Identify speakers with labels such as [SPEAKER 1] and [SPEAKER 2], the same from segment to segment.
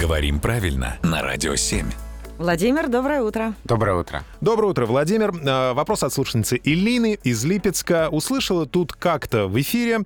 [SPEAKER 1] Говорим правильно на Радио 7.
[SPEAKER 2] Владимир, доброе утро.
[SPEAKER 3] Доброе утро.
[SPEAKER 4] Доброе утро, Владимир. Э, Вопрос от слушательницы Элины из Липецка. Услышала тут как-то в эфире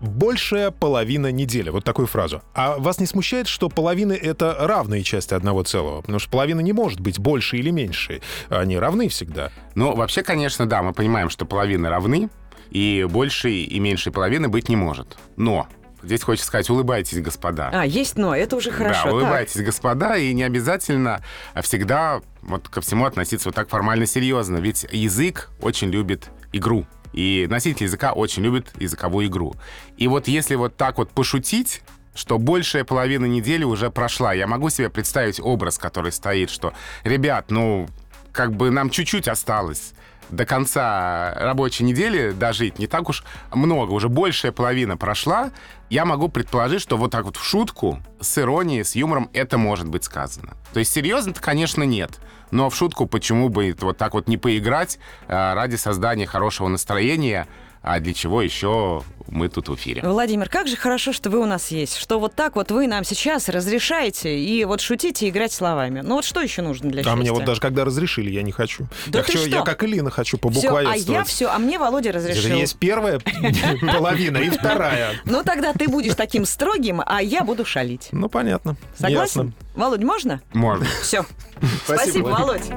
[SPEAKER 4] «большая половина недели». Вот такую фразу. А вас не смущает, что половины — это равные части одного целого? Потому что половина не может быть больше или меньше. Они равны всегда.
[SPEAKER 3] Ну, вообще, конечно, да, мы понимаем, что половины равны, и большей и меньшей половины быть не может. Но здесь хочется сказать, улыбайтесь, господа.
[SPEAKER 2] А, есть но, это уже хорошо.
[SPEAKER 3] Да,
[SPEAKER 2] Так.
[SPEAKER 3] улыбайтесь, господа, и не обязательно всегда вот ко всему относиться вот так формально серьезно, ведь язык очень любит игру. И носитель языка очень любит языковую игру. И вот если вот так вот пошутить, что большая половина недели уже прошла, я могу себе представить образ, который стоит, что, ребят, ну, как бы нам чуть-чуть осталось до конца рабочей недели дожить не так уж много, уже большая половина прошла, я могу предположить, что вот так вот в шутку, с иронией, с юмором это может быть сказано. То есть серьезно-то, конечно, нет. Но в шутку почему бы вот так вот не поиграть э, ради создания хорошего настроения, а для чего еще мы тут в эфире?
[SPEAKER 2] Владимир, как же хорошо, что вы у нас есть, что вот так вот вы нам сейчас разрешаете и вот шутите, и играть словами. Ну вот что еще нужно для
[SPEAKER 4] А
[SPEAKER 2] счастья?
[SPEAKER 4] мне вот даже когда разрешили, я не хочу.
[SPEAKER 2] Да
[SPEAKER 4] я,
[SPEAKER 2] ты
[SPEAKER 4] хочу
[SPEAKER 2] что?
[SPEAKER 4] я как Элина хочу
[SPEAKER 2] Все, а я
[SPEAKER 4] побуквоедствовать.
[SPEAKER 2] все, а мне Володя
[SPEAKER 4] Это же
[SPEAKER 2] разрешил.
[SPEAKER 4] есть первая половина и вторая.
[SPEAKER 2] Ну тогда ты будешь таким строгим, а я буду шалить.
[SPEAKER 4] Ну, понятно.
[SPEAKER 2] Согласен?
[SPEAKER 4] Ясно.
[SPEAKER 2] Володь, можно?
[SPEAKER 3] Можно.
[SPEAKER 2] Все. Спасибо, Володь.